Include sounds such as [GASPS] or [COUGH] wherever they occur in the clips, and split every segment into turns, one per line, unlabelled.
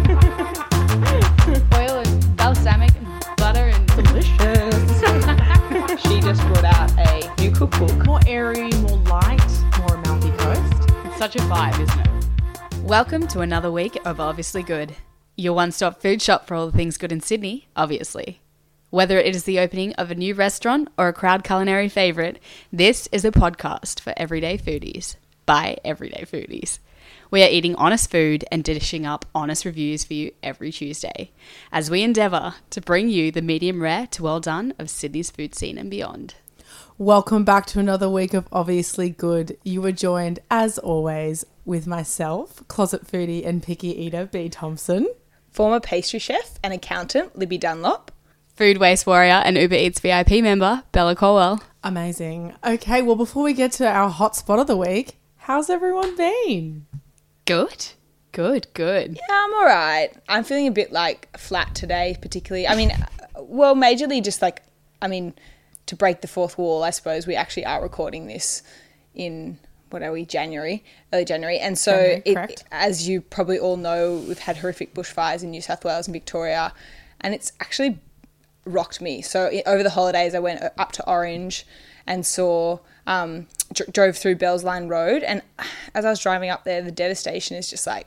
[LAUGHS] such a vibe, isn't it? Welcome to another week of Obviously Good, your one stop food shop for all the things good in Sydney, obviously. Whether it is the opening of a new restaurant or a crowd culinary favourite, this is a podcast for everyday foodies by everyday foodies. We are eating honest food and dishing up honest reviews for you every Tuesday as we endeavour to bring you the medium rare to well done of Sydney's food scene and beyond.
Welcome back to another week of Obviously Good. You were joined, as always, with myself, closet foodie and picky eater B. Thompson.
former pastry chef and accountant Libby Dunlop.
Food Waste Warrior and Uber Eats VIP member Bella Colwell.
Amazing. Okay, well, before we get to our hot spot of the week, how's everyone been?
Good, good, good.
Yeah, I'm all right. I'm feeling a bit like flat today, particularly. I mean, [LAUGHS] well, majorly just like, I mean, to break the fourth wall, I suppose we actually are recording this in what are we January, early January, and so
January, correct.
it, as you probably all know, we've had horrific bushfires in New South Wales and Victoria, and it's actually rocked me. So i- over the holidays, I went o- up to Orange and saw, um, dr- drove through Bells Line Road, and as I was driving up there, the devastation is just like.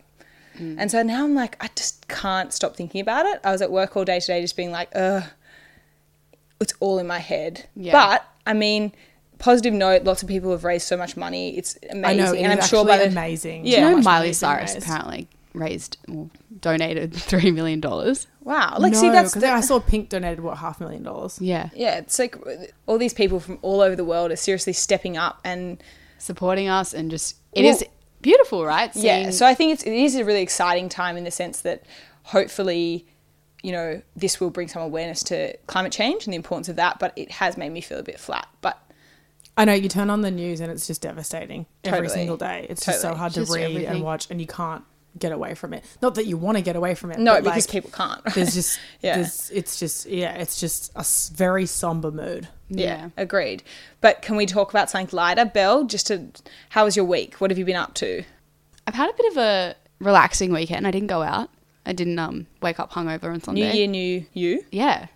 Mm.
And so now I'm like, I just can't stop thinking about it. I was at work all day today, just being like, ugh, it's all in my head.
Yeah.
But I mean, positive note, lots of people have raised so much money. It's amazing,
I know, it
and I'm
is
sure by
actually
the
amazing.
Yeah.
Do
How
you know
much
Miley
money's been
Cyrus
raised?
apparently raised, well, donated [LAUGHS] three million dollars?
wow, like
no,
see that's
'cause
the,
I saw Pink donated, what, half a million dollars?
Yeah,
yeah, it's like all these people from all over the world are seriously stepping up and
supporting us and just it is beautiful, right?
yeah.
Seeing-
So I think it's it is a really exciting time in the sense that hopefully. You know, this will bring some awareness to climate change and the importance of that, but it has made me feel a bit flat. But
I know, you turn on the news and it's just devastating every
Totally.
single day. It's just so
Totally.
hard to
Just
read
everything.
and watch, and you can't get away from it. Not that you want to get away from it.
no,
but,
because
like,
people can't. [LAUGHS]
there's just
Yeah.
there's, it's just yeah it's just a s- very somber mood
yeah.
agreed. But can we talk about something lighter, Belle? Just to, how was your week? What have you been up to?
I've had a bit of a relaxing weekend. I didn't go out. I didn't um wake up hungover on Sunday.
New year, new you.
Yeah.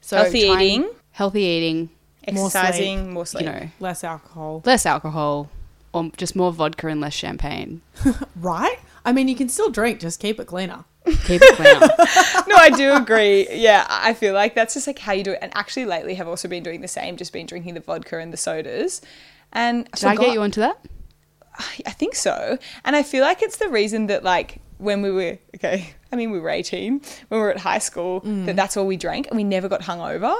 So
Healthy
trying-
eating?
healthy eating.
More sleep.
Exercising, more
You
sleep.
know,
less alcohol
less alcohol, or just more vodka and less champagne.
right i mean you can still drink just keep it cleaner
Keep it clean.
[LAUGHS] no, I do agree. Yeah, I I feel like that's just like how you do it. And actually, lately, have also been doing the same. Just been drinking the vodka and the sodas. And
Did I
forgot-
get you onto that?
[SIGHS] I think so. And I feel like it's the reason that like when we were okay, [LAUGHS] I mean we were 18 when we were at high school that that's all we drank and we never got hungover.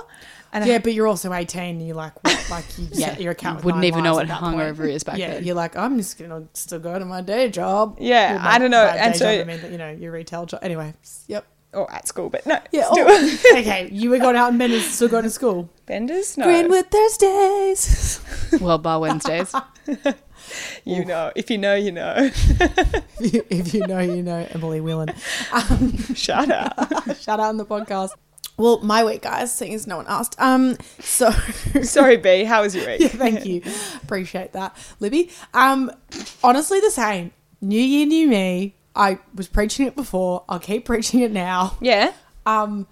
And
[LAUGHS]
I
yeah but you're also 18 and you're like what? like you
Yeah,
you're a cat
you
with
wouldn't
nine
even know
lives
what
at that point.
hungover is back
yeah
then.
you're like i'm just gonna still go to my day job
Yeah,
Well, my
I don't know,
bad
and
day
so-
job, i mean that, you know your retail job anyway yep
or at school, but no.
yeah
still.
oh, [LAUGHS] okay you were going out and men is still going to school
Benders? No.
greenwood thursdays
World Bar
[LAUGHS]
Wednesdays.
You know. If you know, you know. [LAUGHS]
if you- [LAUGHS] if you know you know emily whelan
Shout out.
shout out on the podcast. Well, my week, guys, seeing as no one asked. Um, so [LAUGHS]
Sorry, B. How was your week?
yeah, thank you, appreciate that, Libby. Um, honestly, the same. New year, new me. I was preaching it before. I'll keep [LAUGHS] preaching it now.
Yeah.
Um,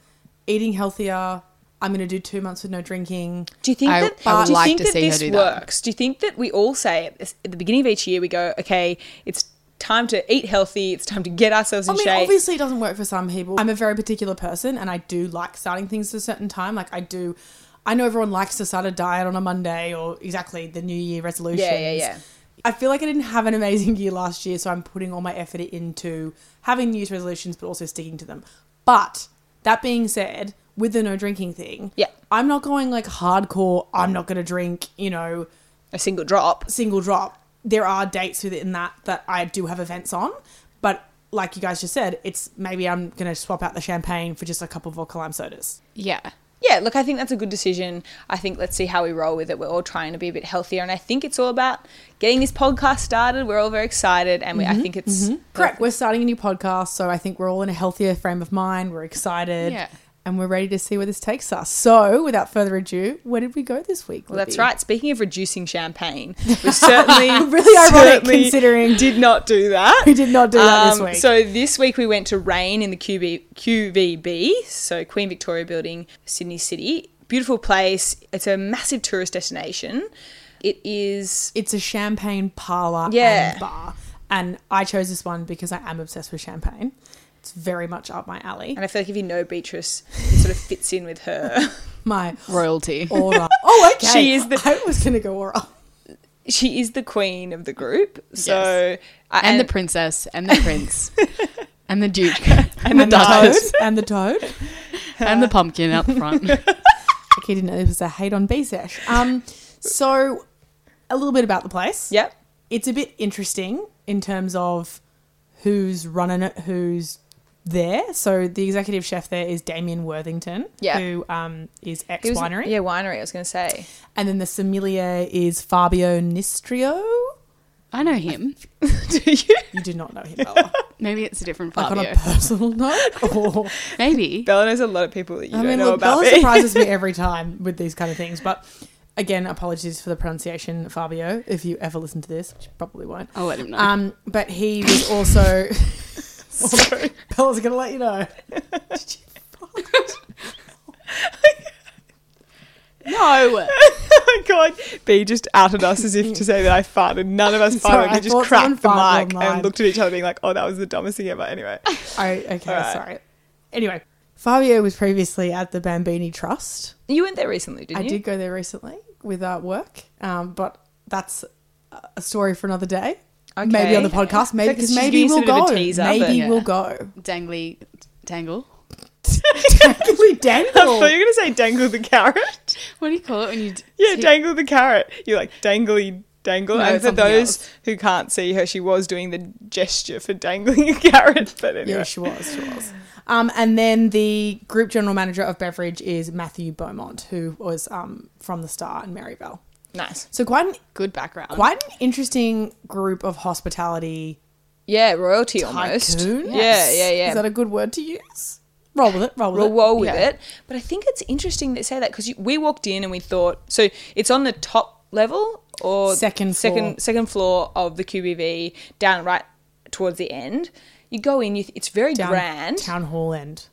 eating healthier. I'm gonna do two months with no drinking.
Do you think
I-
that,
I would
do you
like
think
to
that
see her
this
do that.
works? Do you think that we all say at this- at the beginning of each year we go, okay, it's time to eat healthy, it's time to get ourselves
I
in
mean,
shape?
obviously, it doesn't work for some people. I'm a very particular person, and I do like starting things at a certain time. Like I do, I know everyone likes to start a diet on a Monday or exactly the New Year resolution.
yeah.
I feel like I didn't have an amazing [LAUGHS] year last year, so I'm putting all my effort into having New Year's resolutions, but also sticking to them. But that being said, with the no drinking thing,
Yeah.
I'm not going like hardcore. I'm not going to drink. You know,
A single drop.
single drop. There are dates within that that I do have events on, but like you guys just said, it's maybe I'm going to swap out the champagne for just a couple of vodka lime sodas.
yeah.
Yeah, look, I think that's a good decision. I think let's see how we roll with it. We're all trying to be a bit healthier, and I think it's all about getting this podcast started. We're all very excited, and
Mm-hmm,
we, I think it's
Correct. We're starting a new podcast, so I think we're all in a healthier frame of mind. We're excited.
Yeah.
And we're ready to see where this takes us. So, without further ado, where did we go this week?
Well, that's
Libby?
right. Speaking of reducing champagne,
[LAUGHS]
we
[LAUGHS]
certainly
Really ironic
[LAUGHS] certainly
considering-
did not do that.
We did not do that this week.
Um, So this week we went to Rain in the QB, QVB, so Queen Victoria Building, Sydney City. Beautiful place. It's a massive tourist destination. It is
It's a champagne parlor
Yeah.
and bar. And I chose this one because I am obsessed with champagne. It's very much up my alley.
And I feel like if you know Beatrice, it sort of fits in with her. [LAUGHS]
My
Royalty.
aura. [LAUGHS] oh, okay.
She is the-
I was going to go aura.
she is the queen of the group. So
Yes.
I-
And the princess and the [LAUGHS] prince. [LAUGHS] And the duke
And, the,
duchess.
toad.
[LAUGHS]
And the toad.
and the pumpkin out the front.
Okay, didn't know this was a hate on BSESH. Um, so, a little bit about the place.
Yep.
It's a bit interesting in terms of who's running it, who's there. So, the executive chef there is Damien Worthington,
Yeah.
who um, is ex
It was-
winery.
Yeah, winery. I was going to say.
And then the sommelier is Fabio Nistrio.
I know him.
Do you?
You do not know
[LAUGHS]
him, Bella.
Maybe it's a different
like on a
Fabio.
personal [LAUGHS] note.
[LAUGHS]
Or,
Maybe.
Bella knows a lot of people that you
I
don't
mean,
know
look, Bella
about. me. [LAUGHS]
surprises me every time with these kind of things. But again, apologies for the pronunciation, Fabio, if you ever listen to this, which you probably won't.
I'll let him know.
Um, but he was
[LAUGHS]
also. Well, Bella's gonna let you know.
no.
[LAUGHS] oh my god. B just outed us as if to say that I farted. None of
[LAUGHS]
us
Sorry,
farted.
I
we just
thought someone
cracked the
farted
mic
online.
and looked at each other, being like, "Oh, that was the dumbest thing ever." Anyway,
Oh, okay,
All right.
sorry. Anyway, Fabio was previously at the Bambini Trust.
[LAUGHS] you went there recently, didn't
I
you?
did go there recently with uh, work, um, but that's a- a story for another day. Maybe on
[LAUGHS]
the
Okay.
podcast, maybe
Because
because
she's
maybe
giving us a
we'll
bit of
go.
a teaser, but-
maybe
Yeah.
we'll
[LAUGHS]
go.
Dangly tangle.
Technically,
I thought you
dangle.
were going to say dangle the carrot. [LAUGHS]
What do you call it when you d-
Yeah,
t-
dangle the carrot. You're like dangly dangle.
No,
and
it's
for
something
those
else.
who can't see her, she was doing the gesture for dangling a [LAUGHS] carrot. But anyway,
Yeah, she was. She was. Um, and then the group general manager of beverage is Matthew Beaumont, who was um, from the Star and Maryvale.
nice.
So quite an
good background.
quite an interesting group of hospitality
Yeah, royalty
tycoon. Is that a good word to use? Roll with it. Roll with
We'll
it.
roll with
Yeah.
it. But I think it's interesting they say that because we walked in and we thought so. It's on the top level or
Second floor.
second second floor of the QBV, down right towards the end. You go in, you th- it's very
Down-
grand.
town hall end,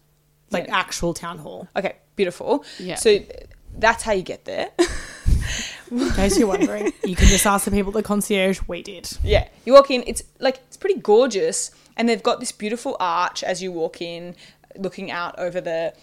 like
Yeah.
actual town hall.
Okay, beautiful.
Yeah.
So that's how you get there. [LAUGHS]
In case you're wondering, you can just ask the people at the concierge. We did.
Yeah, you walk in. It's like it's pretty gorgeous, and they've got this beautiful arch as you walk in, looking out over the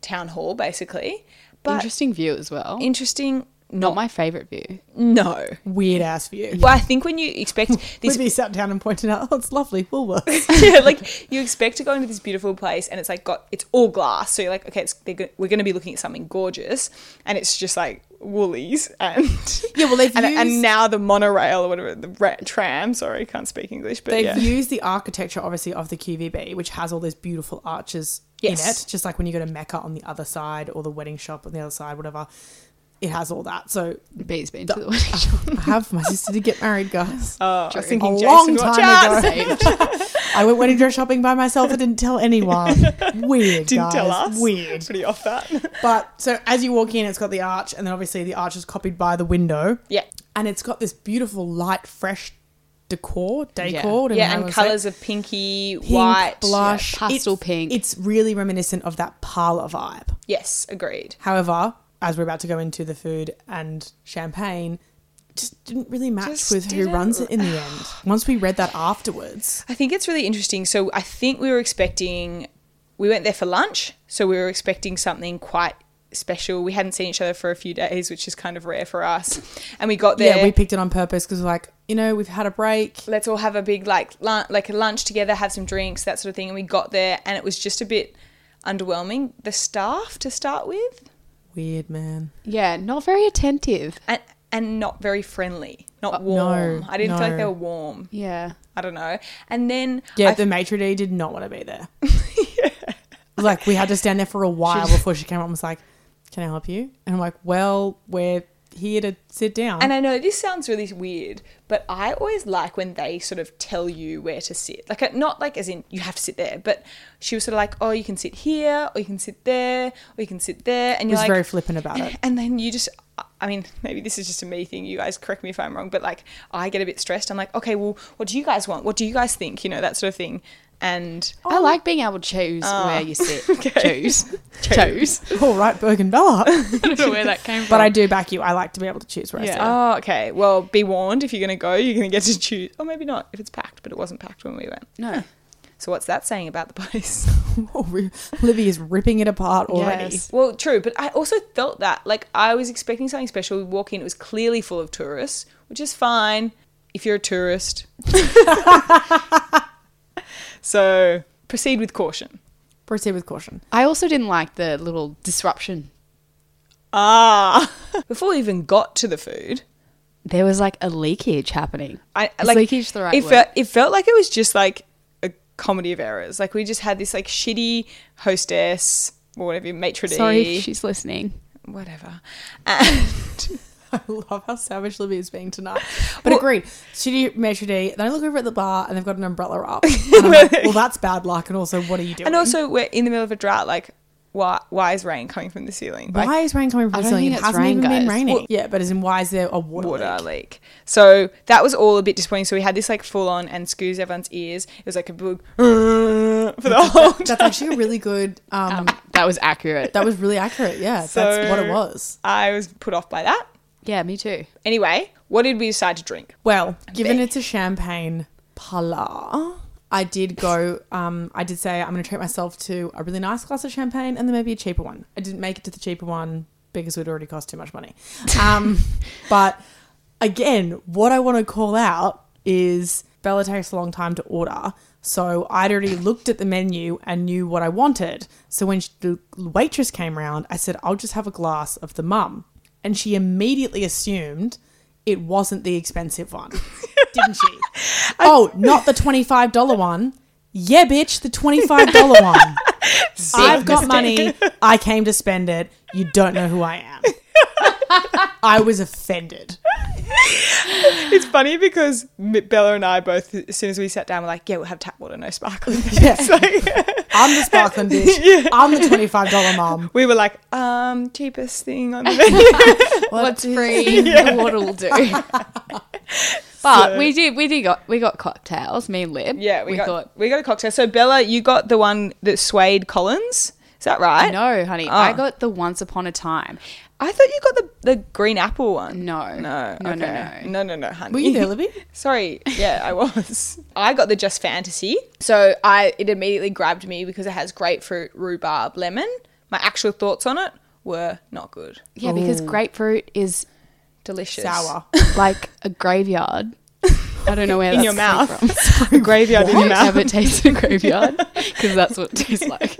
town hall, basically. But interesting,
Interesting view as well.
not
Not
my
my favorite view.
no.
Weird ass view.
But I think when you
[LAUGHS]
expect
This
this,
Libby sat down and pointed out, "Oh, it's lovely, Woolworths."
[LAUGHS] yeah, like you expect to go into this beautiful place, and it's like got it's all glass. So you're like, okay, it's, they're go- we're going to be looking at something gorgeous, and it's just like Woolies
[LAUGHS]
and
[LAUGHS] Yeah, well, they've
and,
used-
and now the monorail or whatever the ra- tram. Sorry, can't speak English, but
They've
yeah.
used the architecture, obviously, of the QVB, which has all those beautiful arches in
Yes.
it. Just like when you go to Mecca on the other side, or the wedding shop on the other side, whatever. It has all that. So
Bee's been to the wedding shop.
I have my sister did get married,
[LAUGHS]
guys.
Oh, I was thinking,
A
Jason,
long
watch
time
out.
ago.
Saved.
I went wedding dress shopping by myself. I didn't tell
[LAUGHS]
anyone. Weird,
[LAUGHS] Didn't
guys.
tell us.
Weird.
Pretty off
[LAUGHS]
that.
But so as you walk in, it's got the arch, and then obviously the arch is copied by the window,
Yeah.
and it's got this beautiful, light, fresh decor, decor,
Yeah, and colours of pinky,
Pink,
white.
blush,
yeah, pastel
it's,
pink.
It's really reminiscent of that parlor vibe.
Yes, agreed.
However, as we're about to go into the food and champagne, just didn't really match
Just
with who
didn't-
runs it in the end. Once we read that afterwards,
I think it's really interesting. So I think we were expecting, we went there for lunch, so we were expecting something quite special. We hadn't seen each other for a few days, which is kind of rare for us. And we got there.
yeah, we picked it on purpose because like you know we've had a break.
let's all have a big like lunch, like a lunch together, have some drinks, that sort of thing. And we got there, and it was just a bit underwhelming. The staff to start with,
Weird man.
[LAUGHS] Yeah, not very attentive.
and and not very friendly, not
Uh, no,
warm. I didn't feel like
no.
they were warm.
Yeah.
I don't know. And then
Yeah,
I
the maitre d did not want to be
[LAUGHS]
there. Like we had to stand there for a while before she came up and was like, "Can I help you?" And I'm like, "Well, we're here to sit down."
And I know this sounds really weird, but I always like when they sort of tell you where to sit. Like, uh, not like as in you have to sit there, but she was sort of like, oh, you can sit here, or you can sit there, or you can sit there. And
was
you're like,
very flippant about
[LAUGHS] and,
it.
and then you just, I mean, maybe this is just a me thing. You guys correct me if I'm wrong, but like, I get a bit stressed. I'm like, okay, well, what do you guys want? What do you guys think? You know, that sort of thing. and
I like being able to choose where you [LAUGHS] sit. Oh. Choose. Choose. [LAUGHS]
All right, Bergen Bella.
I don't know where that came from.
but I do back you. I like to be able to choose where I [LAUGHS] sit.
Yeah.
Oh, okay. Well, be warned if you're going to go, you're going to get to choose. Or maybe not if it's packed, but it wasn't packed when we went.
No.
So what's that saying about the [LAUGHS] place?
Oh, re- Livy is ripping it apart already.
Yes.
well, true, but I also felt that like I was expecting something special. We walk in, it was clearly full of tourists, which is fine if you're a tourist.
[LAUGHS]
so proceed with caution.
Proceed with caution. [LAUGHS]
I also didn't like the little disruption.
Ah, before we even got to the food,
There was like a leakage happening.
I
Is
like
leakage the right
it
word?
Felt, it felt like it was just like a comedy of errors. Like we just had this like shitty hostess or whatever maitre d'
Sorry if she's listening.
whatever. And
I love how savage Livy is being tonight. [LAUGHS] But
Well-
agreed. Shitty Metro D. Then I look over at the bar and they've got an umbrella up. And I'm like, well, that's bad luck. And also, what are you doing?
and also we're in the middle of a drought. Like why why is rain coming from the ceiling? Like
why is rain coming
I
from
don't
the ceiling?
think
It
it's
hasn't
rain,
even been
guys.
raining.
Well-
yeah, but as in, why is there a water,
water leak.
leak?
So that was all a bit disappointing. So we had this like full on and screws everyone's ears. It was like a big [LAUGHS] for the [LAUGHS] whole.
That's actually a really good. Um,
That was accurate.
that was really accurate. Yeah, that's what it
So-
was.
I was put off by that.
[LAUGHS] yeah, me too.
Anyway, what did we decide to drink?
Well, given
big.
it's a champagne pala, I did go. Um, I did say I'm going to treat myself to a really nice glass of champagne and then maybe a cheaper one. I didn't make it to the cheaper one because it would already cost too much money. Um, but again, what I want to call out is Bella takes a long time to order. So I'd already looked at the menu and knew what I wanted. So when she, the waitress came round, I said, I'll just have a glass of the mum. And she immediately assumed it wasn't the expensive
[LAUGHS]
one, didn't she? oh, not the $25 one. Yeah, bitch, the $25
[LAUGHS]
one. I've got money. I came to spend it. You don't know who I
[LAUGHS]
am. I was offended.
[LAUGHS] It's funny because M- Bella and I both, as soon as we sat down, were like, "Yeah, we'll have tap water, no [LAUGHS] sparkling." It's like-
I'm the sparkling
[LAUGHS]
bitch. I'm the twenty-five dollar mom.
we were like, "Um, cheapest thing on the menu."
What's [LAUGHS] free, the water will do. but we did, we did got, we got cocktails. Me and Lib.
[LAUGHS] Yeah, we, got
thought.
we got a cocktail. So Bella, you got the one that swayed Collins. Is that right?
No, honey,
Oh.
I got the Once Upon a Time.
I thought you got the the green apple one.
No.
No.
No, no,
okay.
no.
No. No. No. Honey.
Were you there, Libby?
[LAUGHS] Sorry. Yeah, I was. I got the just fantasy. So I it immediately grabbed me because it has grapefruit, rhubarb, lemon. My actual thoughts on it were not good.
Yeah,
Oh.
because grapefruit is
Delicious.
Sour.
like a graveyard. I don't know where
In
that's
your
coming
mouth. [LAUGHS]
From.
Graveyard in
Have
your
you
mouth.
ever tasted a graveyard? Because that's what it
[LAUGHS]
tastes like.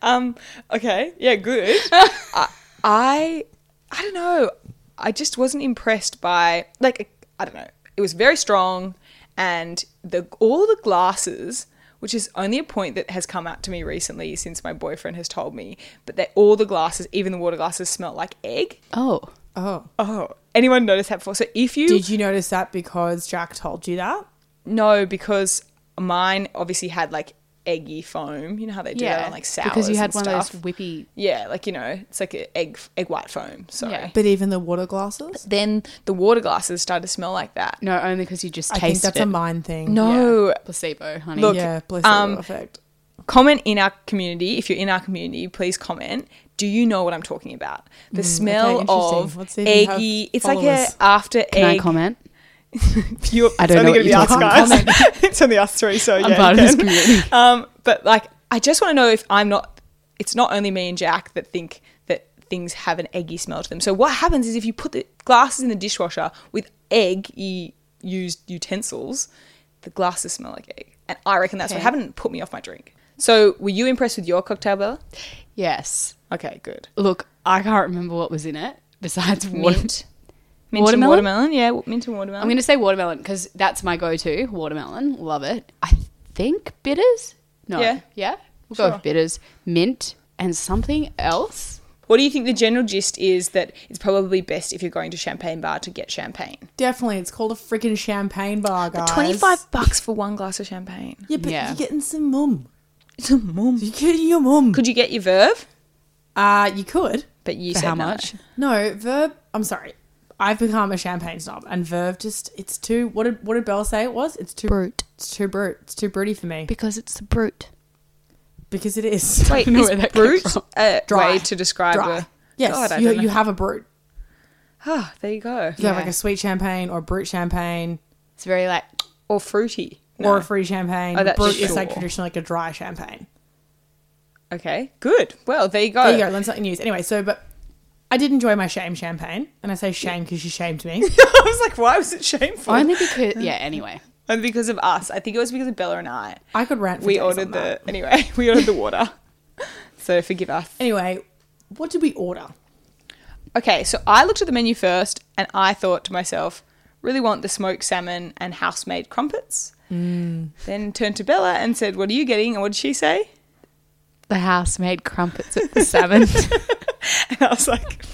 Um. Okay. Yeah. [LAUGHS] Good. I, I. I don't know. I just wasn't impressed by like I don't know. It was very strong, and the all the glasses, which is only a point that has come out to me recently since my boyfriend has told me. But that all the glasses, even the water glasses, smell like egg.
Oh,
Oh,
Oh. Anyone noticed that before? So if you
did you notice that because Jack told you that?
no, because mine obviously had like eggy foam. You know how they do that on like sours
because you had
and
one
stuff.
of those whippy.
Yeah, like you know, it's like a egg egg white foam. Sorry.
Yeah.
But even the water glasses,
Then the water glasses started to smell like that.
No, only because you just
I think
tasted
that's a mind thing.
No.
placebo, honey.
Look,
yeah, placebo
um,
effect.
Comment in our community if you're in our community. Please comment. Do you know what I'm talking about?
Mm,
The smell
okay, interesting. Let's
of
see if we have
eggy. It's like a
followers.
after egg.
Can I comment?
You're,
I don't know
it's only
what
gonna
you're
be us
talking
guys. [LAUGHS] it's only us three, so
I'm
[LAUGHS] yeah.
part
you
of this
can.
community.
Um, but like, I just want to know if I'm not. It's not only me and Jack that think that things have an eggy smell to them. So what happens is if you put the glasses in the dishwasher with eggy used utensils, the glasses smell like egg, and I reckon that's
Okay.
what happened. and Put me off my drink. So were you impressed with your cocktail, Bella?
Yes.
Okay, good.
Look, I can't remember what was in it besides water.
Mint. Mint
Watermelon?
and watermelon, yeah, w- mint and watermelon.
I'm going to say watermelon because that's my go-to. Watermelon, love it. I think bitters. No.
Yeah.
We'll go
Sure.
with bitters, mint, and something else.
what do you think the general gist is that it's probably best if you're going to champagne bar to get champagne?
Definitely, it's called a freaking champagne bar, guys.
Twenty-five bucks for one glass of champagne.
Yeah, but
Yeah.
you're getting some mum.
It's a mum.
You're getting your mum.
Could you get your Verve?
Uh, you could.
But you
For
said
how
no.
much?
No, verb. I'm sorry. I've become a champagne snob, and Verve just it's too. What did what did Belle say it was? It's too
Brute.
It's too brute. It's too broody for me
Because it's the brute.
because it is.
[LAUGHS] Wait,
don't know
is
where that came
brute
from.
a
Dry.
way to describe
[LAUGHS] Dry.
a...
Yes,
God, I
you,
don't know.
you have a brute.
Ah, there you go.
You have
Yeah.
like a sweet champagne or a brute champagne
It's very like
Or fruity.
or a free champagne.
Oh, that's
brute is like
sure.
traditionally like a dry champagne.
Okay, good. Well, there you go.
There you go. Learn something new. Anyway, so but I did enjoy my shame champagne, and I say shame because she shamed me.
[LAUGHS] I was like, why was it shameful?
only because yeah. Anyway,
And because of us. I think it was because of Bella and I.
I could rant. For
we
days on
ordered
that.
[LAUGHS]
the anyway. [LAUGHS] We ordered the water. so forgive us.
Anyway, what did we
[LAUGHS]
order?
Okay, so I looked at the menu first, and I thought to myself, really want the smoked salmon and house made crumpets.
Mm.
Then turned to Bella and said, "What are you getting?" And what did she say?
[LAUGHS] the house made crumpets at the salmon.
And I was like,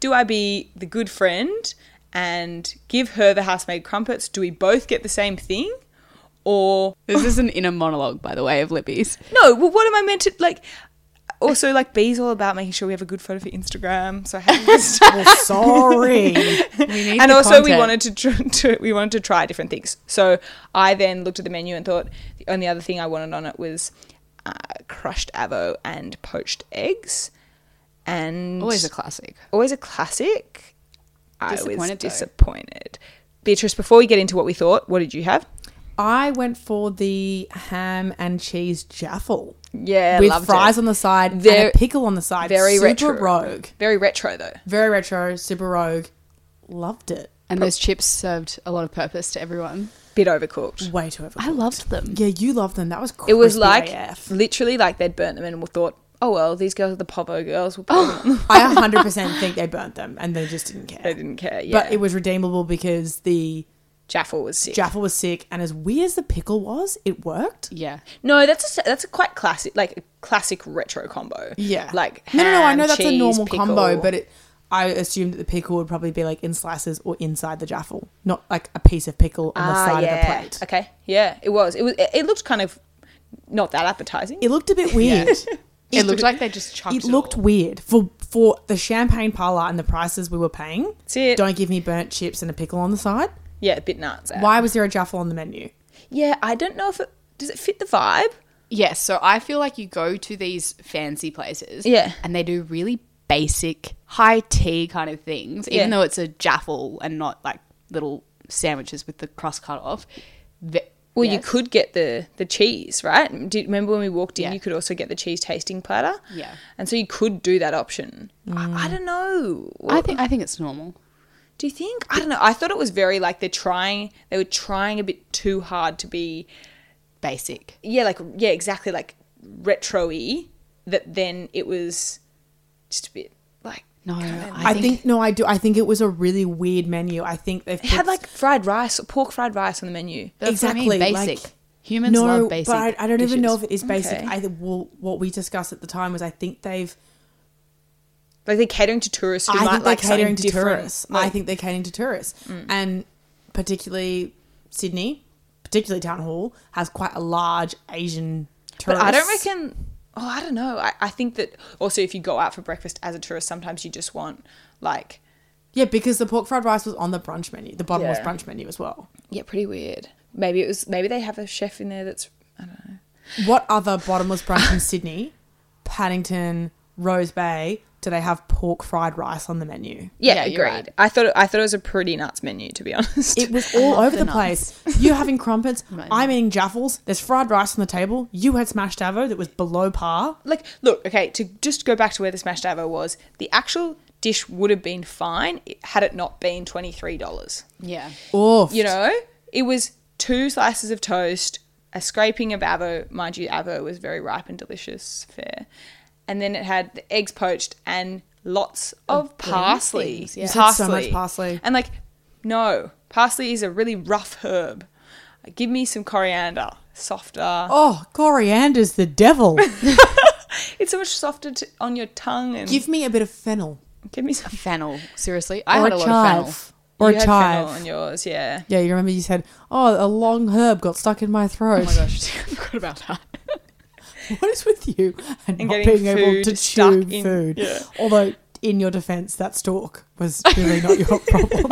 "Do I be the good friend and give her the house made crumpets? Do we both get the same thing?" Or
[LAUGHS] this is an inner monologue, by the way, of Libby's.
No, well, what am I meant to like? Also, like, B's all about making sure we have a good photo for Instagram. So, I had this-
Well,
We
sorry.
need
and
the
also we
content.
wanted to, tr- [LAUGHS] to we wanted to try different things. So I then looked at the menu and thought the only other thing I wanted on it was uh, crushed avo and poached eggs, and
always a classic.
always a classic. I was
Disappointed, though.
disappointed. Beatrice, before we get into what we thought, what did you have?
I went for the ham and cheese jaffle
Yeah,
with fries on the side
Very-
and a pickle on the side.
very
super
retro.
rogue,
Very retro though.
very retro, super rogue. Loved it.
And those chips served a lot of purpose to everyone.
Bit overcooked.
Way too over.
I loved them.
Yeah, you loved them. That was
It was
crispy
like [LAUGHS]
AF.
literally like they'd burnt them and thought, oh well, these girls are the popo girls. We'll put them on."
[GASPS] I 100% think they burnt them and they just didn't care.
They didn't care. Yeah,
But it was redeemable because the
Jaffel was sick.
jaffle was sick, and as weird as the pickle was, it worked.
Yeah.
no, that's a that's a quite classic, like a classic retro combo.
Yeah,
like
no, no, no. I
ham,
know that's a
cheese,
normal
pickle.
combo, but it, I assumed that the pickle would probably be like in slices or inside the jaffle, not like a piece of pickle on the
Ah,
side
yeah.
of the plate.
Okay, yeah, it was. It was. It, it looked kind of not that appetizing.
It looked a bit weird. it,
It looked like they just chucked it.
it looked
all.
weird for for the champagne parlor and the prices we were paying.
That's it.
Don't give me burnt chips and a pickle on the side.
yeah, a bit nuts. eh?
Why was there a jaffle on the menu?
Yeah, I don't know if it does. It fit the vibe.
Yes, so I feel like you go to these fancy places,
Yeah.
and they do really basic high tea kind of things, even
Yeah.
though it's a jaffle and not like little sandwiches with the crust cut off. The-
Well, you
Yes.
could get the the cheese, right? Did remember when we walked in?
Yeah.
You could also get the cheese tasting platter.
Yeah.
and so you could do that option. I,
Mm.
I don't know.
I think I think it's normal.
do you think? I don't know. I thought it was very like they're trying. They were trying a bit too hard to be.
Basic.
Yeah, like yeah, exactly like retro-y. That then it was just a bit like
No,
I
I
think,
think,
no, I do. I think it was a really weird menu. I think they've
they had
put-
like fried rice, pork fried rice on the menu.
that's what I mean,
exactly, like-
basic. Humans love basic.
but I, I don't even know if
dishes.
it is basic.
Okay.
I well, what we discussed at the time was I think they've.
Like they're catering to tourists. Who
I
might
think they're
like
catering
catering
to
different.
tourists. I
Like, Mm.
think they're catering to tourists, and particularly Sydney, particularly Town Hall has quite a large Asian.
But
Tourist.
I don't reckon. Oh, I don't know. I, I think that also if you go out for breakfast as a tourist, sometimes you just want like
Yeah, because the pork fried rice was on the brunch menu, the bottomless
Yeah.
brunch menu as well.
yeah, pretty weird. Maybe it was. Maybe they have a chef in there that's I don't know.
What other bottomless brunch
[LAUGHS]
in Sydney, Paddington, Rose Bay, do they have pork fried rice on the menu?
Yeah,
Yeah,
agreed.
you're right.
I thought it, I thought it was a pretty nuts menu to be [LAUGHS] honest.
It was all
love
over
the
the, place. You're having
[LAUGHS]
crumpets.
Right.
I'm eating jaffles. There's fried rice on the table. You had smashed avo that was below par.
like look, okay, to just go back to where the smashed avo was, the actual dish would have been fine had it not been twenty three dollars.
yeah.
Oof.
You know, it was two slices of toast, a scraping of avo. Mind you, avo was very ripe and delicious fare, and then it had the eggs poached and lots of parsley.
things, yeah. You
said so much parsley.
and like no, parsley is a really rough herb. Give me some coriander, softer.
Oh, coriander's the devil.
It's so much softer to, on your tongue and
[LAUGHS]
give,
Give me a bit of fennel
me some.
Fennel. Seriously, I
or
had a
a
lot of fennel.
chive or
you
a
had
chive.
fennel on yours, yeah.
Yeah, you remember you said, "Oh, a long herb got stuck in my
Oh
throat."
my gosh,
[LAUGHS]
I forgot about that.
[LAUGHS] what is with you and,
And
not
getting
being able
food
to
stuck
chew
in-
food?
yeah.
Although in your defense, that stalk was really not
[LAUGHS]
your problem.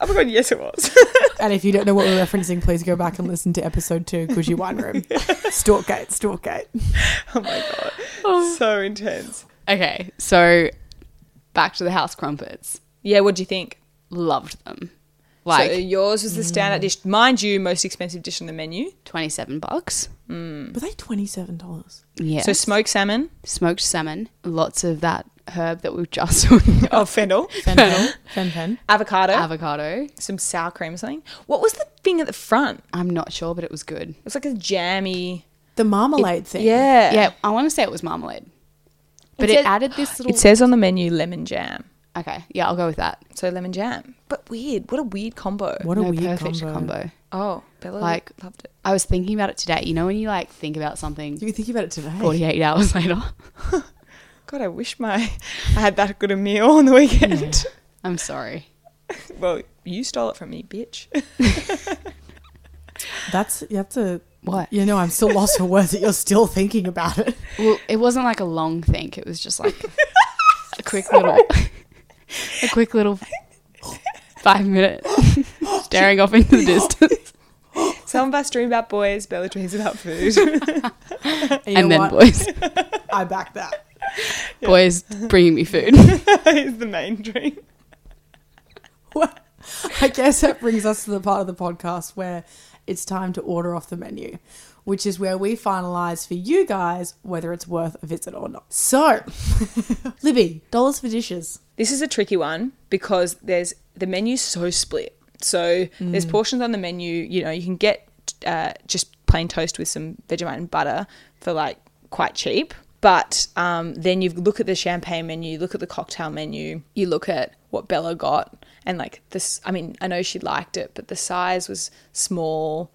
Oh my god, yes, it was. [LAUGHS]
And if you don't know what we're referencing, please go back and listen to episode two, Gucci Wine Room.
[LAUGHS]
Stalkgate, Stalkgate.
oh my god, so intense.
Okay, so back to the house crumpets.
Yeah, what do you think?
Loved them.
Like
Like
so yours was the standout dish, mind you, most expensive dish on the menu.
twenty-seven bucks.
Hmm.
Were they $27?
[LAUGHS]
Yeah.
So smoked salmon,
smoked salmon, lots of that herb that we've just
[LAUGHS]
done.
oh fennel,
Fen Fen. Fen Fen.
avocado,
avocado.
some sour cream or something. What was the thing at the front? It
I'm not sure, but it was good.
was like a jammy.
The marmalade thing.
Yeah,
Yeah, I want to say it was marmalade, but it,
said-
added
[GASPS]
this little.
It says on the menu lemon jam.
okay, yeah, I'll go with that.
So lemon jam, but weird. What a weird combo.
What a
no
weird
perfect
combo.
combo.
Oh, Bella
Like-
like loved it.
I was thinking about it today. You know when you like think about something
You think about it today.
48 hours [LAUGHS] later.
God, I wish my [LAUGHS] I had that good a meal on the weekend.
I'm sorry.
[LAUGHS] well, you stole it from me, bitch. [LAUGHS]
That's, that's a,
What?
you know, I'm still lost for words that you're still thinking about [LAUGHS] it.
Well, it wasn't like a long think. It was just
[LAUGHS]
like a quick little, a quick little five minute
[LAUGHS]
staring off into the distance.
Some of us dream about boys. Bella dreams about food. [LAUGHS]
you
and
know
then
what?
boys,
I back that.
boys bringing me food.
is the main dream.
Well, I guess that brings us to the part of the podcast where it's time to order off the menu, which is where we finalize for you guys whether it's worth a visit or not. So, [LAUGHS] Libby, dollars for dishes.
This is a tricky one because there's the menu's so split. So there's portions on the menu. You know, you can get uh, just plain toast with some Vegemite and butter for like quite cheap. But um, then you look at the champagne menu, you look at the cocktail menu, you look at what Bella got, and like this. I mean, I know she liked it, but the size was small.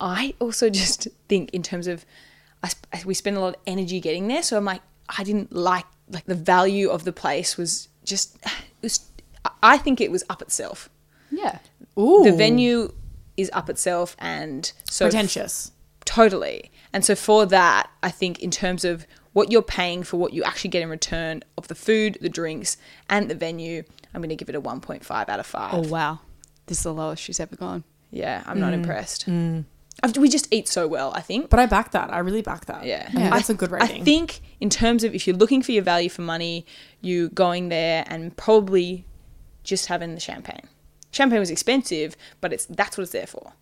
I also [LAUGHS] just think in terms of I, sp- I- we spend a lot of energy getting there, so I'm like I didn't like like the value of the place was just it was I- I think it was up itself.
Yeah.
Ooh,
The venue is up itself, and so
pretentious.
totally. And so for that, I think in terms of what you're paying for what you actually get in return of the food, the drinks, and the venue, I'm going to give it a 1.5 out of 5.
Oh wow, this is the lowest she's ever gone.
Yeah, I'm not impressed. I've- we just eat so well, I think.
But I back that. I really back that.
Yeah.
I think that's a good rating.
I think in terms of if you're looking for your value for money, you going there and probably just having the champagne. Champagne was expensive, but it's that's what it's there for.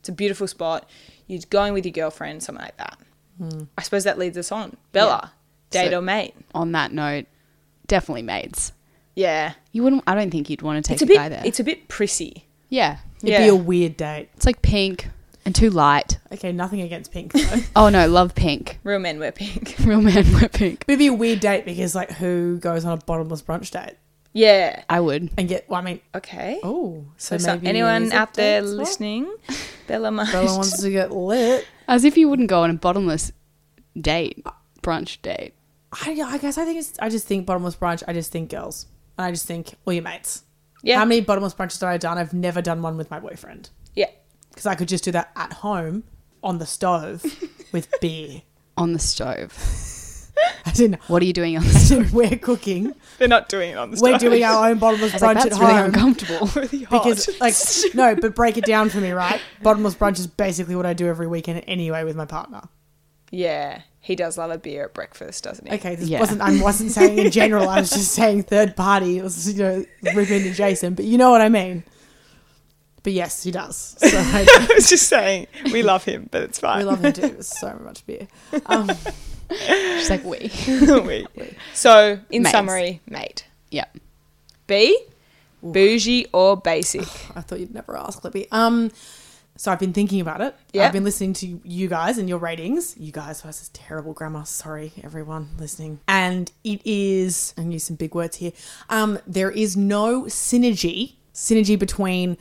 It's a beautiful spot. You're going with your girlfriend, something like that.
Hmm.
I suppose that leads us on. Bella, date
So-
or mate?
On that note, definitely maids.
Yeah.
You wouldn't. I don't think you'd want to take
It's a
a, guy
bit
there.
it's a bit prissy.
yeah,
It'd
yeah.
be a weird date.
it's like pink and too light.
Okay, nothing against pink though. [LAUGHS]
Oh no, love pink. [LAUGHS]
Real men wear pink. [LAUGHS]
Real man wear pink.
It'd be a weird date because like who goes on a bottomless brunch date
Yeah.
I would.
and get? Well, I mean,
Okay.
oh, so,
so, some-
maybe is
anyone
it
out there
dates? What?
listening,
[LAUGHS]
Bella might
Bella wants to get lit.
As if you wouldn't go on a bottomless date, brunch date.
I, I guess I think it's, I just think bottomless brunch. I just think girls, and I just think all your mates.
[LAUGHS] Yeah.
How many bottomless brunches have I done? I've never done one with my boyfriend
Yeah.
because I could just do that at home on the stove [LAUGHS] with beer.
On the stove.
I didn't.
What are you doing on the
I
stove?
didn't. We're [LAUGHS] cooking.
They're not doing it on the
We're
stage.
doing our own bottomless [LAUGHS] brunch
Like, that's
at
really
home.
uncomfortable.
[LAUGHS]
[LAUGHS]
really hot.
[LAUGHS] because like no, but break it down for me, right? Bottomless brunch is basically what I do every weekend anyway with my partner.
Yeah, he does love a beer at breakfast, doesn't he?
Okay, this
Yeah.
wasn't I wasn't saying in general. I was just saying third party. It was you know ripping to Jason, but you know what I mean. But yes, he does. So I,
[LAUGHS] I was just saying [LAUGHS] we love him, but it's
we
[LAUGHS] fine.
love him too. So much beer. Um,
She's like, we.
We- so, in
Mates.
summary, mate,
Yeah.
B, bougie or basic?
I thought you'd never ask, Libby. Um, so I've been thinking about it.
Yeah.
I've been listening to you guys and your ratings. You guys versus terrible grammar. Sorry, everyone listening. And it is. I'm use some big words here. Um, there is no synergy synergy between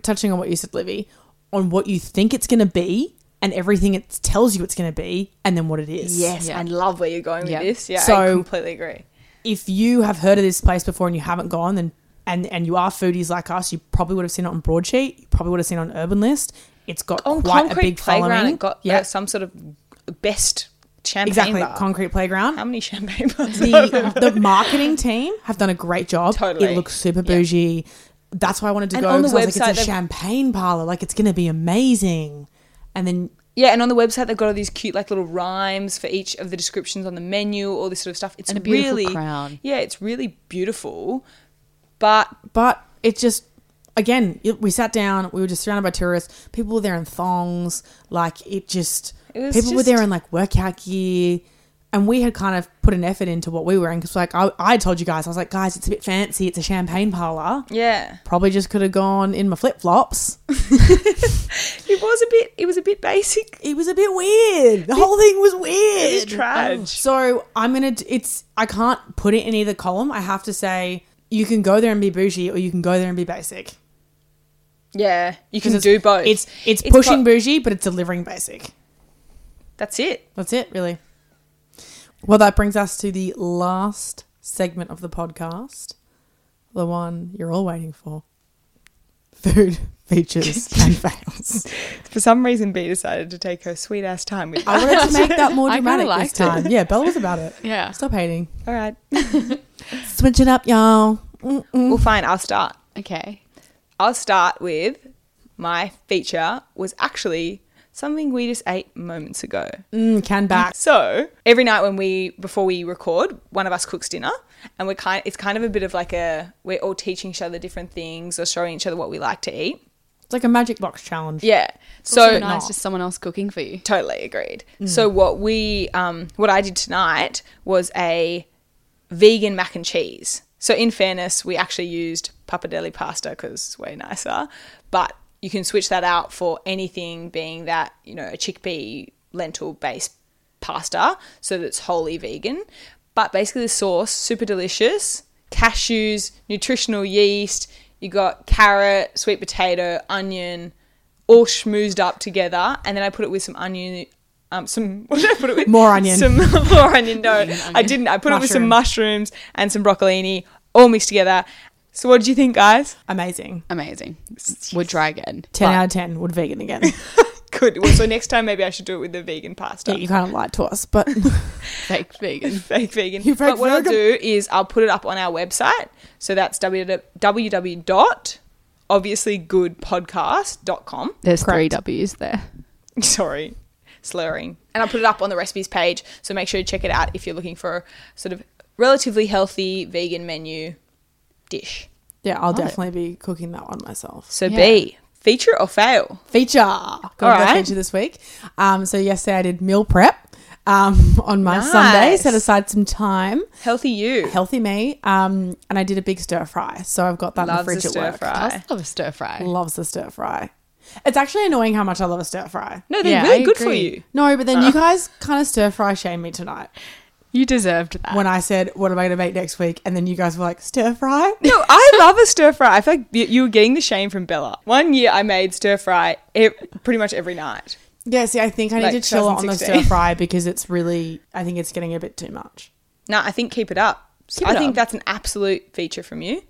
touching on what you said, Libby, on what you think it's going to be and everything it tells you it's going to be, and then what it is.
Yeah.
I love where you're going
Yeah.
with this. Yeah, I
So-
completely agree.
if you have heard of this place before and you haven't gone, then and and you are foodies like us, you probably would have seen it on Broadsheet. You probably would have seen it on Urban List. It's got
On
quite a
concrete
big
playground,
following.
it got uh,
yeah,
some sort of best champagne
exactly
bar.
concrete playground.
[LAUGHS] How many champagne bars? [LAUGHS]
the, the marketing team have done a great job.
Totally.
It looks super bougie. That's why I wanted to
And
go
on the
'cause I was like,
website
it's a
they've-
champagne parlor. Like it's going to be amazing. And then
yeah, and on the website they've got all these cute like little rhymes for each of the descriptions on the menu, all this sort of stuff. It's
And a beautiful
really
crown.
Yeah, it's really beautiful. But
but it just again it- we sat down we were just surrounded by tourists people were there in thongs like it just
It was
people were
just-
there in like workout gear and we had kind of put an effort into what we were in because like I, I told you guys i was like guys it's a bit fancy it's a champagne parlor
yeah,
probably just could have gone in my flip-flops
it was a bit. It was a bit basic.
it was a bit weird the whole thing was weird
It was trash.
So I'm gonna. d- It's I can't put it in either column. I have to say you can go there and be bougie, or you can go there and be basic.
Yeah, you can
'Cause it's-
do both.
It's it's,
It's
pushing
got-
bougie, but it's delivering basic.
that's it.
That's it, really. Well, that brings us to the last segment of the podcast, the one you're all waiting for: [LAUGHS] food features [LAUGHS] and fails.
For some reason, B decided to take her sweet ass time
[LAUGHS]
with.
I wanted to make that more
I kinda
dramatic this
liked it.
time. Yeah, Bella was about it.
Yeah.
Stop hating.
All right.
Switch it up, y'all. Mm-mm.
Well, fine. I'll start.
Okay.
I'll start with my feature was actually something we just ate moments ago.
Mm, can back.
So every night when we before we record, one of us cooks dinner, and we're kind. It's kind of a bit of like a we're all teaching each other different things or showing each other what we like to eat.
It's like a magic box challenge.
Yeah.
It's also
so
nice, just someone else cooking for you.
Totally agreed. So what we um, what I did tonight was a vegan mac and cheese. So in fairness, we actually used pappardelle pasta because it's way nicer. But you can switch that out for anything being that you know a chickpea lentil based pasta, so that's wholly vegan. But basically, the sauce super delicious. Cashews, nutritional yeast. You got carrot, sweet potato, onion, all schmoozed up together, and then I put it with some onion. Um, some [LAUGHS] what did I put it with?
More onion.
[LAUGHS] Some more onion. No, I didn't. I put it with some
Mushroom.
mushrooms and some broccolini, all mixed together. So what did you think, guys?
Amazing.
Amazing. Would try [LAUGHS] again.
10
But
out of 10 would vegan again.
Good. Well, so next time maybe I should do it with the vegan
[LAUGHS]
pasta.
yeah, you kind of lied to us, [LAUGHS] but
Fake vegan.
[LAUGHS] fake vegan.
You fake
but what I'll
vegan.
do is I'll put it up on our website. So that's www.obviouslygoodpodcast.com.
There's three
Correct.
W's there.
[LAUGHS] Sorry, slurring. And I'll put it up on the recipes page. So make sure you check it out if you're looking for a sort of relatively healthy vegan menu dish.
yeah, I'll
Love it.
definitely be cooking that one myself.
So
Yeah.
B, feature or fail?
Feature. Got another
right.
feature this week. Um, so yesterday I did meal prep um, [LAUGHS] on my
Nice.
Sunday, set aside some time,
Healthy you.
healthy me, um, and I did a big stir fry. So I've got that in
Loves
the fridge
a
at
stir
work.
I
fry.
also love a stir fry.
Loves the stir fry. It's actually annoying how much I love a stir fry.
No, they're
Yeah,
really
I
good for
agree.
you.
No, but then
[LAUGHS]
you guys kind of stir fry shame me tonight
You deserved that.
when I said, "What am I going to make next week?" And then you guys were like, "Stir fry."
[LAUGHS]
[LAUGHS]
No, I love a stir fry. I feel like you- you were getting the shame from Bella. One year I made stir fry e- pretty much every night.
Yeah, see, I think I need
Like
to chill out on the
2016.
stir fry because it's really, I think it's getting a bit too much.
No, I think keep it up.
Keep
I
it
think
up.
that's an absolute feature from you.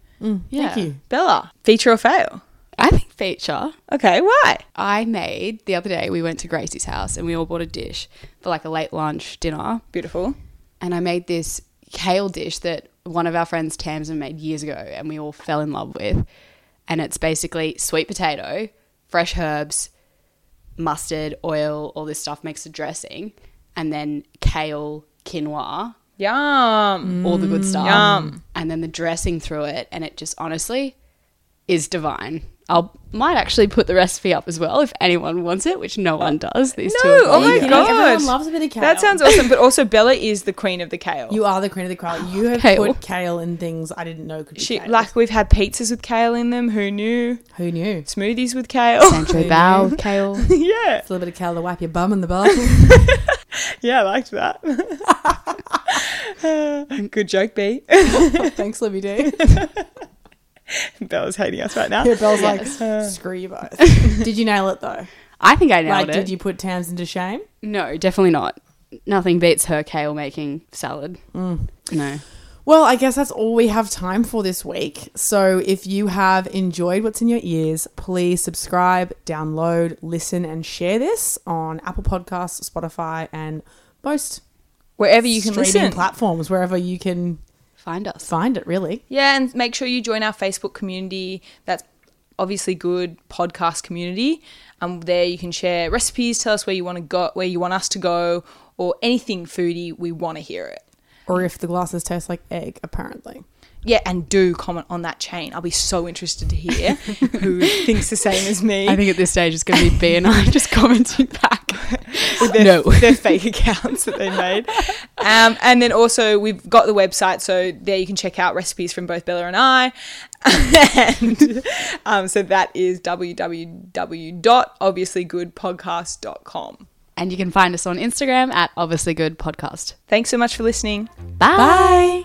yeah.
Thank you.
Bella, feature or fail?
I think feature.
Okay, why?
I made the other day. We went to Gracie's house and we all bought a dish for like a late lunch dinner.
Beautiful.
And I made this kale dish that one of our friends Tamsin made years ago, and we all fell in love with. And it's basically sweet potato, fresh herbs, mustard, oil, all this stuff makes a dressing, and then kale, quinoa,
Yum.
all the good stuff.
Mm, yum.
And then the dressing through it, and it just honestly is divine. I'll might actually put the recipe up as well if anyone wants it, which no one does. These two.
No,
are
oh my
vegan.
You know,
God.
everyone loves a bit of kale.
That sounds awesome, but also Bella is the queen of the kale.
You are the queen of the kale. You have
Kale.
put kale in things I didn't know could be
she,
kale.
like we've had pizzas with kale in them. Who knew?
Who knew? It's
Smoothies with kale.
Centro bow kale.
[LAUGHS] yeah,
a little bit of kale to wipe your bum in the butt.
[LAUGHS] yeah, I liked [LAUGHS] that. Good joke, [LAUGHS] B.
[LAUGHS] Thanks, Libby D.
[LAUGHS] Bella's hating us right now.
Your bell's
Uh.
like, screw you
[LAUGHS]
both. Did you nail it though?
I think I nailed
Like,
it.
did you put Tamsin to shame?
No, definitely not. Nothing beats her kale making salad.
Mm.
No.
Well, I guess that's all we have time for this week. So if you have enjoyed what's in your ears, please subscribe, download, listen, and share this on Apple Podcasts, Spotify, and most
wherever you can
streaming
listen.
platforms, wherever you can
Find us.
find it, really.
Yeah, and make sure you join our Facebook community. That's obviously good podcast community. Um, there you can share recipes, tell us where you want to go, where you want us to go, or anything foodie. We want to hear it.
Or if the glasses taste like egg, apparently.
Yeah, and do comment on that chain. I'll be so interested to hear who thinks the same as me
I think at this stage it's going to be B and I [LAUGHS] just commenting back.
with their,
No.
their fake [LAUGHS] accounts that they made. Um, and then also we've got the website, so there you can check out recipes from both Bella and I. [LAUGHS] and um, so that is www.obviouslygoodpodcast.com.
And you can find us on Instagram at Obviously Good Podcast.
Thanks so much for listening.
Bye.
Bye.